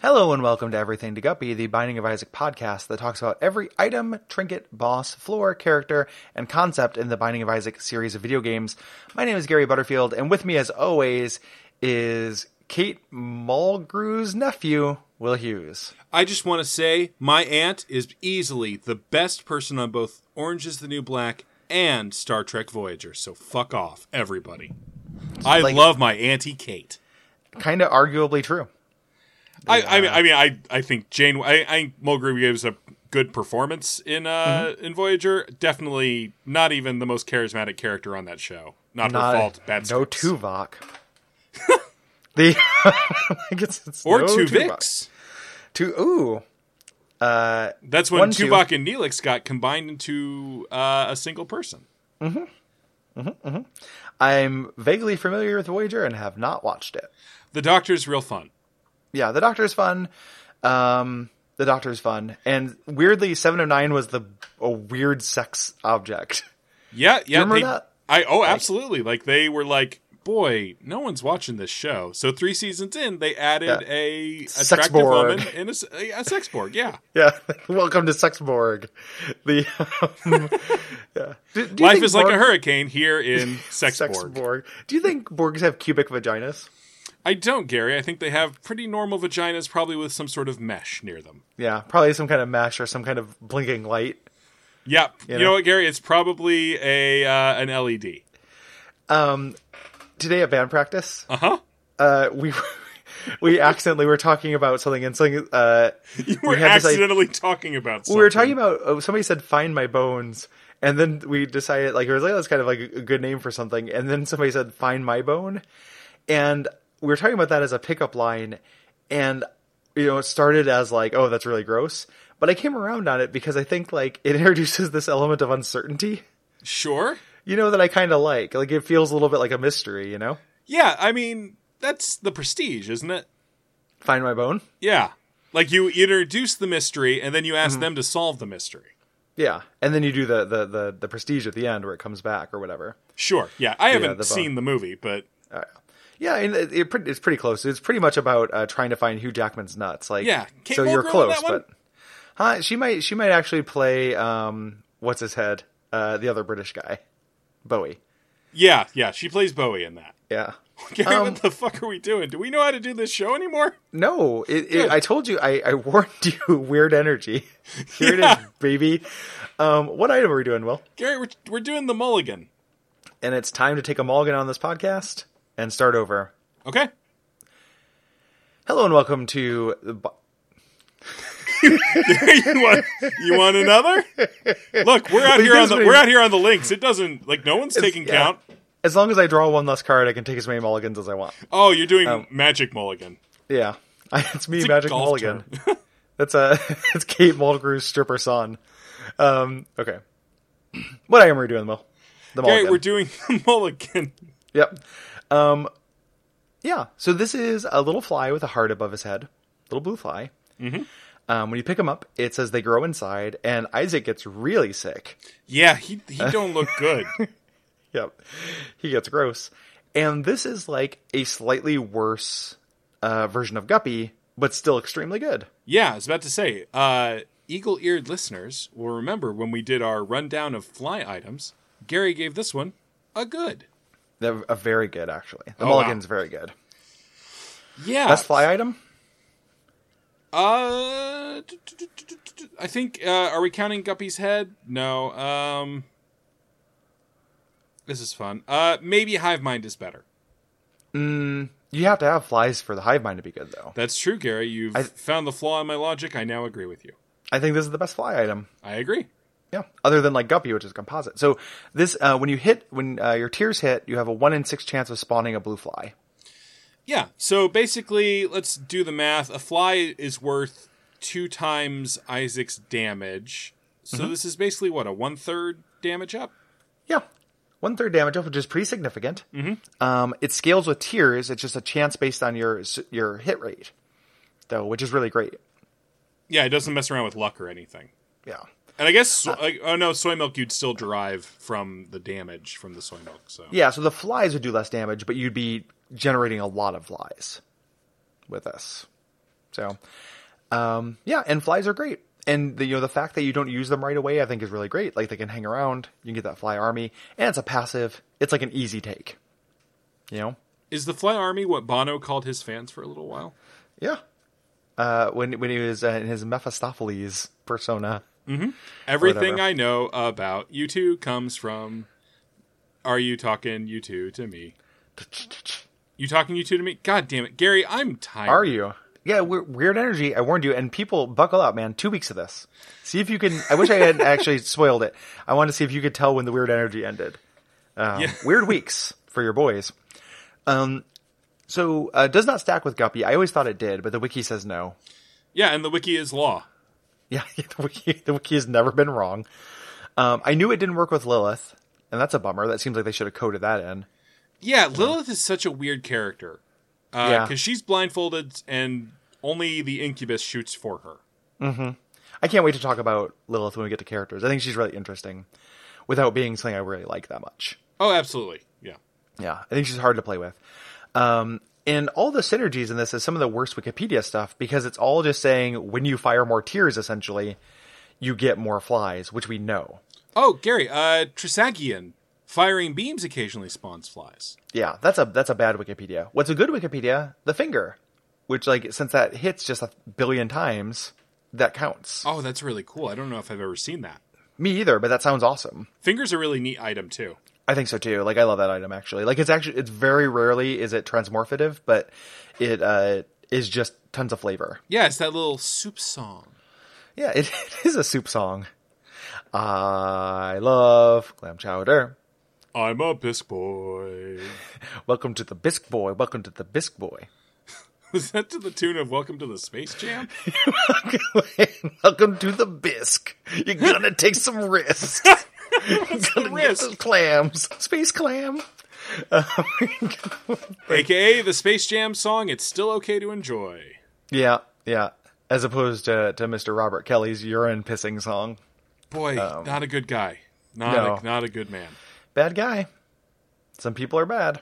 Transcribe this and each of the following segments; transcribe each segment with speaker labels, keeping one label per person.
Speaker 1: Hello and welcome to Everything to Guppy, the Binding of Isaac podcast that talks about every item, trinket, boss, floor, character, and concept in the Binding of Isaac series of video games. My name is Gary Butterfield, and with me, as always, is Kate Mulgrew's nephew, Will Hughes.
Speaker 2: I just want to say my aunt is easily the best person on both Orange is the New Black and Star Trek Voyager. So fuck off, everybody. I
Speaker 1: Like-
Speaker 2: love my auntie Kate.
Speaker 1: Kind of arguably true.
Speaker 2: I, I mean, I mean, I, I think Jane. I, I think Mulgrew gives a good performance in uh
Speaker 1: Mm-hmm.
Speaker 2: in Voyager. Definitely not even the most charismatic character on that show. Not, her fault. Bad
Speaker 1: Uh, no
Speaker 2: scripts.
Speaker 1: Tuvok. the like it's, it's
Speaker 2: or
Speaker 1: no
Speaker 2: two
Speaker 1: Tuvok.
Speaker 2: Vix.
Speaker 1: Tu- ooh,
Speaker 2: That's when
Speaker 1: One, two.
Speaker 2: Tuvok and Neelix got combined into uh, a single person.
Speaker 1: I'm vaguely familiar with Voyager and have not watched it.
Speaker 2: The Doctor's real fun.
Speaker 1: yeah, the Doctor's fun. Um, the Doctor's fun, and weirdly, Seven of Nine was the a weird sex object.
Speaker 2: Yeah, yeah.
Speaker 1: remember
Speaker 2: they-
Speaker 1: that?
Speaker 2: I oh, absolutely. Like they were like, boy, no one's watching this show. So three seasons in, they added
Speaker 1: Yeah.
Speaker 2: a
Speaker 1: Sex
Speaker 2: attractive
Speaker 1: board.
Speaker 2: woman in a, s- a- a sex board. Yeah,
Speaker 1: yeah, welcome to Sexborg. The um, yeah. Do- do you
Speaker 2: life
Speaker 1: think
Speaker 2: is like a
Speaker 1: Borg-
Speaker 2: hurricane here in sex, board.
Speaker 1: Sexborg. Do you think Borgs have cubic vaginas?
Speaker 2: I don't, Gary. I think they have pretty normal vaginas, probably with some sort of mesh near them.
Speaker 1: Yeah, probably some kind of mesh or some kind of blinking light.
Speaker 2: Yeah, you, know?
Speaker 1: know?
Speaker 2: what, Gary? It's probably a uh, an LED.
Speaker 1: Um, today at band practice,
Speaker 2: Uh huh.
Speaker 1: uh, we we accidentally were talking about something and something. Uh,
Speaker 2: You were
Speaker 1: had this, like-
Speaker 2: accidentally talking about. Something.
Speaker 1: we were talking about oh, somebody said find my bones and then we decided like it was like that's kind of like a good name for something and then somebody said find my bone and we were talking about that as a pickup line and you know it started as like oh that's really gross but i came around on it because i think like it introduces this element of uncertainty
Speaker 2: sure.
Speaker 1: you know that i kind of like like it feels a little bit like a mystery you know
Speaker 2: Yeah, I mean that's the prestige, isn't it?
Speaker 1: find my bone
Speaker 2: Yeah. Like you introduce the mystery and then you ask
Speaker 1: Mm-hmm.
Speaker 2: them to solve the mystery.
Speaker 1: yeah and then you do the the the, the prestige at the end where it comes back or whatever
Speaker 2: Sure. Yeah. I haven't
Speaker 1: the-
Speaker 2: seen the movie, but
Speaker 1: Yeah, and it, it, pre- it's pretty close. It's pretty much about uh, trying to find Hugh Jackman's nuts. Like,
Speaker 2: Yeah, Kate
Speaker 1: so you're
Speaker 2: Mulgrew on
Speaker 1: close,
Speaker 2: that one?
Speaker 1: but huh? She might she might actually play um, what's his head, uh, the other British guy, Bowie.
Speaker 2: yeah, yeah, she plays Bowie in that.
Speaker 1: Yeah.
Speaker 2: Gary,
Speaker 1: Um,
Speaker 2: what the fuck are we doing? Do we know how to do this show anymore?
Speaker 1: No, it,
Speaker 2: Good.
Speaker 1: it, I told you, I, I warned you. Weird energy. Here it
Speaker 2: Yeah.
Speaker 1: is, baby. Um, what item are we doing, Will?
Speaker 2: Gary, we're, we're doing the mulligan.
Speaker 1: And it's time to take a mulligan on this podcast and start over.
Speaker 2: Okay.
Speaker 1: Hello and welcome to the. bo-
Speaker 2: you want you want another? Look, we're out
Speaker 1: Well,
Speaker 2: here on
Speaker 1: here's
Speaker 2: the
Speaker 1: what I-
Speaker 2: we're out here on the links. It doesn't like no one's taking
Speaker 1: yeah.
Speaker 2: count.
Speaker 1: As long as I draw one less card, I can take as many mulligans as I want.
Speaker 2: Oh, you're doing magic mulligan.
Speaker 1: Yeah, it's me,
Speaker 2: a
Speaker 1: Magic
Speaker 2: golf
Speaker 1: Mulligan. That's a that's Kate Mulgrew's stripper son. Um, okay, what item are we doing, Will? The
Speaker 2: Gary,
Speaker 1: Mulligan.
Speaker 2: we're doing the mulligan.
Speaker 1: Yep. Um, yeah. So this is a little fly with a heart above his head, little blue fly. Mm-hmm. Um, when you pick them up, it says they grow inside, and Isaac gets really sick.
Speaker 2: Yeah, he he don't look good.
Speaker 1: Yep, he gets gross. And this is like a slightly worse uh, version of Guppy, but still extremely good.
Speaker 2: Yeah, I was about to say, uh, eagle eared listeners will remember when we did our rundown of fly items, Gary gave this one a good.
Speaker 1: They're uh, very good, actually. The
Speaker 2: Oh, wow.
Speaker 1: Mulligan's very good.
Speaker 2: Yeah.
Speaker 1: Best fly item?
Speaker 2: Uh, d- d- d- d- d- d- I think, uh, are we counting Guppy's head? No. Um, this is fun. Uh, maybe Hive Mind is better.
Speaker 1: You have to have flies for the hive mind to be good, though.
Speaker 2: That's true, Gary. You've found the flaw in my logic. I now agree with you.
Speaker 1: I think this is the best fly item.
Speaker 2: I agree.
Speaker 1: Yeah, other than like Guppy, which is composite. So this, uh, when you hit, when uh, your tears hit, you have a one in six chance of spawning a blue fly.
Speaker 2: Yeah. So basically, let's do the math. A fly is worth two times Isaac's damage. So
Speaker 1: Mm-hmm.
Speaker 2: this is basically what a one third damage up.
Speaker 1: Yeah, one third damage up, which is pretty significant. Mm-hmm. Um, it scales with tears. It's just a chance based on your your hit rate, though, which is really great.
Speaker 2: Yeah, it doesn't mess around with luck or anything.
Speaker 1: Yeah,
Speaker 2: And I guess
Speaker 1: Uh,
Speaker 2: so- like, oh no, soy milk you'd still derive from the damage from the soy milk. So
Speaker 1: yeah. So the flies would do less damage, but you'd be generating a lot of flies with this. So, um, yeah, and flies are great. And the, you know the fact that you don't use them right away, I think, is really great. Like they can hang around. You can get that fly army, and it's a passive. It's like an easy take. You know.
Speaker 2: Is the Fly Army what Bono called his fans for a little while?
Speaker 1: Yeah. Uh, when when he was uh, in his Mephistopheles persona.
Speaker 2: Mm-hmm. Everything I know about you two comes from. Are you talking you two to me? You talking you two to me? God damn it, Gary! I'm tired.
Speaker 1: Are you? Yeah, we're, weird energy. I warned you, and people buckle up, man. Two weeks of this. See if you can. I wish I had actually spoiled it. I wanted to see if you could tell when the weird energy ended. Um,
Speaker 2: Yeah.
Speaker 1: Weird weeks for your boys. Um, so uh, does not stack with Guppy. I always thought it did, but the wiki says no.
Speaker 2: Yeah, and the wiki is law.
Speaker 1: Yeah, the wiki, the wiki has never been wrong. Um, I knew it didn't work with Lilith, and that's a bummer. That seems like they should have coded that in.
Speaker 2: Yeah, Lilith is such a weird character because
Speaker 1: Yeah.
Speaker 2: she's blindfolded and only the incubus shoots for her.
Speaker 1: I can't wait to talk about Lilith when we get to characters. I think she's really interesting, without being something I really like that much.
Speaker 2: Oh, absolutely. Yeah.
Speaker 1: Yeah, I think she's hard to play with. Um, and all the synergies in this is some of the worst Wikipedia stuff because it's all just saying when you fire more tiers, essentially, you get more flies, which we know.
Speaker 2: Oh, Gary, uh, Trisagion firing beams occasionally spawns flies.
Speaker 1: Yeah, that's a that's a bad Wikipedia. What's a good Wikipedia? The finger, which like since that hits just a billion times, that counts.
Speaker 2: Oh, that's really cool. I don't know if I've ever seen that.
Speaker 1: Me either, but that sounds awesome.
Speaker 2: Fingers a really neat item too.
Speaker 1: I think so too. Like I love that item actually. Like it's actually it's very rarely is it transmorphative, but it uh is just tons of flavor.
Speaker 2: Yeah, it's that little soup song.
Speaker 1: Yeah, it, it is a soup song. I love clam chowder.
Speaker 2: I'm a bisque boy.
Speaker 1: Welcome to the bisque boy. Welcome to the bisque boy.
Speaker 2: Was that to the tune of Welcome to the Space Jam?
Speaker 1: Welcome to the bisque. You're gonna take some risks. Gonna get
Speaker 2: risk.
Speaker 1: some clams, space clam.
Speaker 2: AKA the Space Jam song It's Still Okay to Enjoy.
Speaker 1: Yeah, yeah. As opposed to to Mr. Robert Kelly's urine pissing song.
Speaker 2: Boy, not a good guy. Not
Speaker 1: no.
Speaker 2: a, not a good man.
Speaker 1: Bad guy. Some people are bad.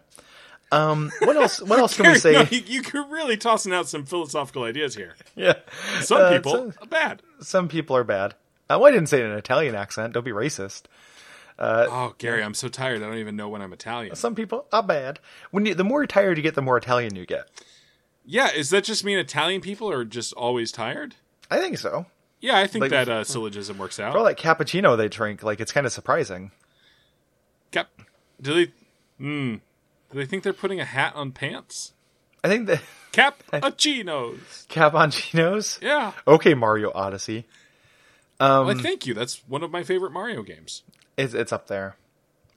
Speaker 1: Um, what else? What else can we
Speaker 2: No,
Speaker 1: say?
Speaker 2: you, you could really tossing out some philosophical ideas here.
Speaker 1: Yeah,
Speaker 2: Some
Speaker 1: Uh,
Speaker 2: people are bad.
Speaker 1: some people are bad. Uh, well, I didn't say it in an Italian accent. Don't be racist. uh,
Speaker 2: Oh, Gary, I'm so tired. I don't even know when I'm Italian.
Speaker 1: Some people are bad. When you, the more tired you get, the more Italian you get.
Speaker 2: Yeah, does that just mean Italian people are just always tired?
Speaker 1: I think so.
Speaker 2: Yeah, I think
Speaker 1: Like-
Speaker 2: that uh, syllogism works out.
Speaker 1: All that cappuccino they drink, like it's kind of surprising.
Speaker 2: Cap- do they? Hmm. Do they think they're putting a hat on pants?
Speaker 1: I think the
Speaker 2: Cappuccinos.
Speaker 1: cappuccinos.
Speaker 2: Yeah.
Speaker 1: Okay, Mario Odyssey.
Speaker 2: well,
Speaker 1: Um,
Speaker 2: thank you. That's one of my favorite Mario games.
Speaker 1: It's it's up there.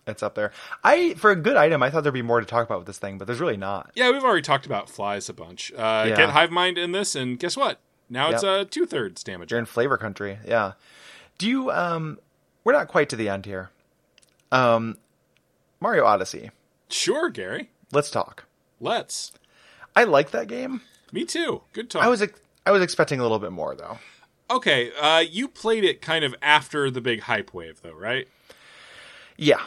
Speaker 1: It's up there. I for a good item, I thought there'd be more to talk about with this thing, but there's really not.
Speaker 2: Yeah, we've already talked about flies a bunch. Uh,
Speaker 1: Yeah.
Speaker 2: Get Hive Mind in this, and guess what? Now it's
Speaker 1: Yep.
Speaker 2: uh, two thirds damage.
Speaker 1: You're in flavor country. Yeah. Do you um we're not quite to the end here. Um Mario Odyssey.
Speaker 2: Sure, Gary.
Speaker 1: Let's talk.
Speaker 2: Let's.
Speaker 1: I like that game.
Speaker 2: Me too. Good talk.
Speaker 1: I was ex- I was expecting a little bit more though.
Speaker 2: okay, uh, you played it kind of after the big hype wave, though, right?
Speaker 1: Yeah.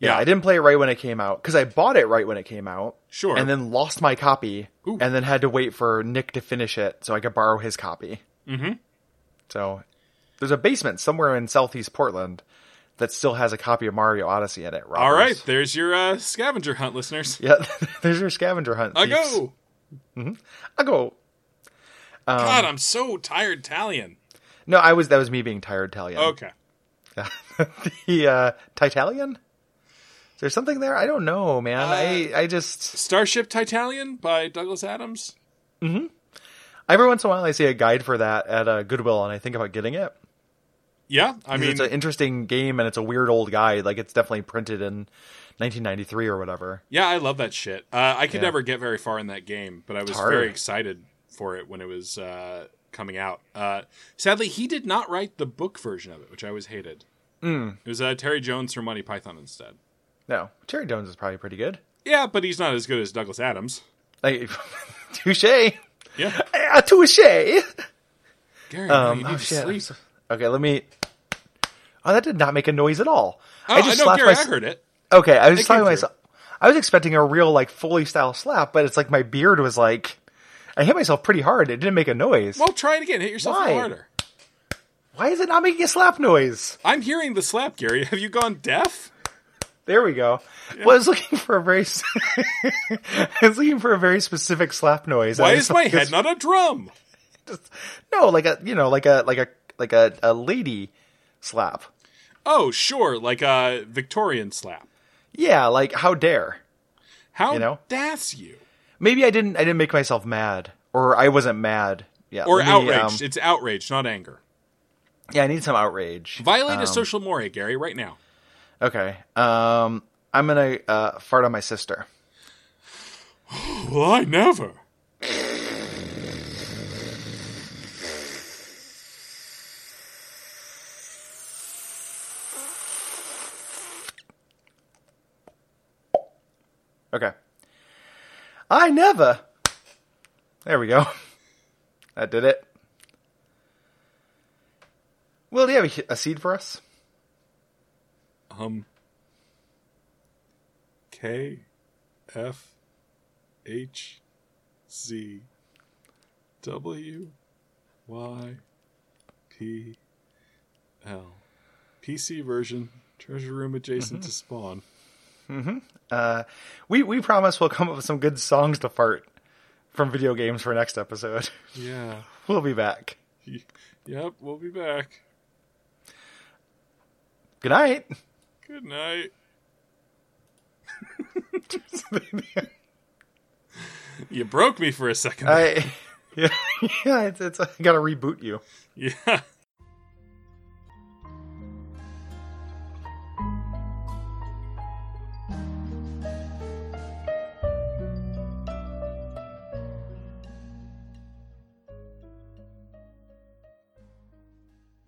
Speaker 1: Yeah,
Speaker 2: Yeah.
Speaker 1: I didn't play it right when it came out cuz I bought it right when it came out.
Speaker 2: Sure.
Speaker 1: And then lost my copy
Speaker 2: Ooh.
Speaker 1: and then had to wait for Nick to finish it so I could borrow his copy. Mhm.
Speaker 2: Mm-hmm.
Speaker 1: So there's a basement somewhere in southeast Portland that still has a copy of Mario Odyssey in it. Robbers.
Speaker 2: All right, there's your uh, scavenger hunt, listeners.
Speaker 1: Yeah, there's your scavenger hunt.
Speaker 2: I
Speaker 1: thieves.
Speaker 2: go.
Speaker 1: I go. Um,
Speaker 2: God, I'm so tired, Italian.
Speaker 1: No, I was that was me being tired Italian.
Speaker 2: Okay.
Speaker 1: the uh Titalian? Is there something there? I don't know, man.
Speaker 2: Uh,
Speaker 1: I I just
Speaker 2: Starship Titalian by Douglas Adams.
Speaker 1: every once in a while I see a guide for that at uh, Goodwill and I think about getting it.
Speaker 2: Yeah, I
Speaker 1: 'Cause
Speaker 2: mean,
Speaker 1: it's an interesting game and it's a weird old guide. Like it's definitely printed in 1993 or whatever.
Speaker 2: yeah, I love that shit. Uh, I could
Speaker 1: Yeah.
Speaker 2: never get very far in that game, but I was
Speaker 1: hard.
Speaker 2: very excited for it when it was uh, coming out. Uh, sadly, he did not write the book version of it, which I always hated.
Speaker 1: Hmm.
Speaker 2: It was uh, Terry Jones from Monty Python instead.
Speaker 1: No, Terry Jones is probably pretty good.
Speaker 2: Yeah, but he's not as good as Douglas Adams.
Speaker 1: Like, touche,
Speaker 2: Yeah,
Speaker 1: Ah, touche.
Speaker 2: Gary, no,
Speaker 1: Um,
Speaker 2: you
Speaker 1: oh
Speaker 2: need
Speaker 1: shit.
Speaker 2: to
Speaker 1: I'm
Speaker 2: sleep.
Speaker 1: so- Okay, let me. Oh, that did not make a noise at all.
Speaker 2: Oh, I, know,
Speaker 1: slapped
Speaker 2: Gary,
Speaker 1: my-
Speaker 2: I heard it.
Speaker 1: Okay, I was
Speaker 2: It
Speaker 1: just talking
Speaker 2: came
Speaker 1: myself. I was expecting a real like Foley style slap, but it's like my beard was like I hit myself pretty hard. It didn't make a noise.
Speaker 2: Well, try it again. Hit yourself
Speaker 1: Why?
Speaker 2: harder.
Speaker 1: Why is it not making a slap noise?
Speaker 2: I'm hearing the slap, Gary. Have you gone deaf?
Speaker 1: There we go. Well, I was looking for a very, s- I was looking for a very specific slap noise.
Speaker 2: Why
Speaker 1: I
Speaker 2: is
Speaker 1: just-
Speaker 2: my head not a drum?
Speaker 1: No, like a you know, like a like a like a, a lady slap.
Speaker 2: Oh, sure, like a Victorian slap.
Speaker 1: Yeah, like how dare.
Speaker 2: How
Speaker 1: You know?
Speaker 2: das you?
Speaker 1: Maybe I didn't I didn't make myself mad, or I wasn't mad. Yeah,
Speaker 2: Or
Speaker 1: let me,
Speaker 2: outraged.
Speaker 1: um,
Speaker 2: it's outrage, not anger.
Speaker 1: yeah, I need some outrage.
Speaker 2: Violate a social mora, Gary, right now.
Speaker 1: Okay, um, I'm gonna uh, fart on my sister.
Speaker 2: Well, I never.
Speaker 1: Okay, I never. There we go. That did it. Will, do you have a, a seed for us?
Speaker 2: Um. K, F, H, Z, W, Y, P, L. PC version, treasure room adjacent to spawn.
Speaker 1: We we promise we'll come up with some good songs to fart from video games for next episode.
Speaker 2: Yeah.
Speaker 1: We'll be back.
Speaker 2: Y- Yep, we'll be back.
Speaker 1: Good night.
Speaker 2: Good night. You broke me for a second.
Speaker 1: I yeah, yeah it's, it's I gotta reboot you.
Speaker 2: yeah.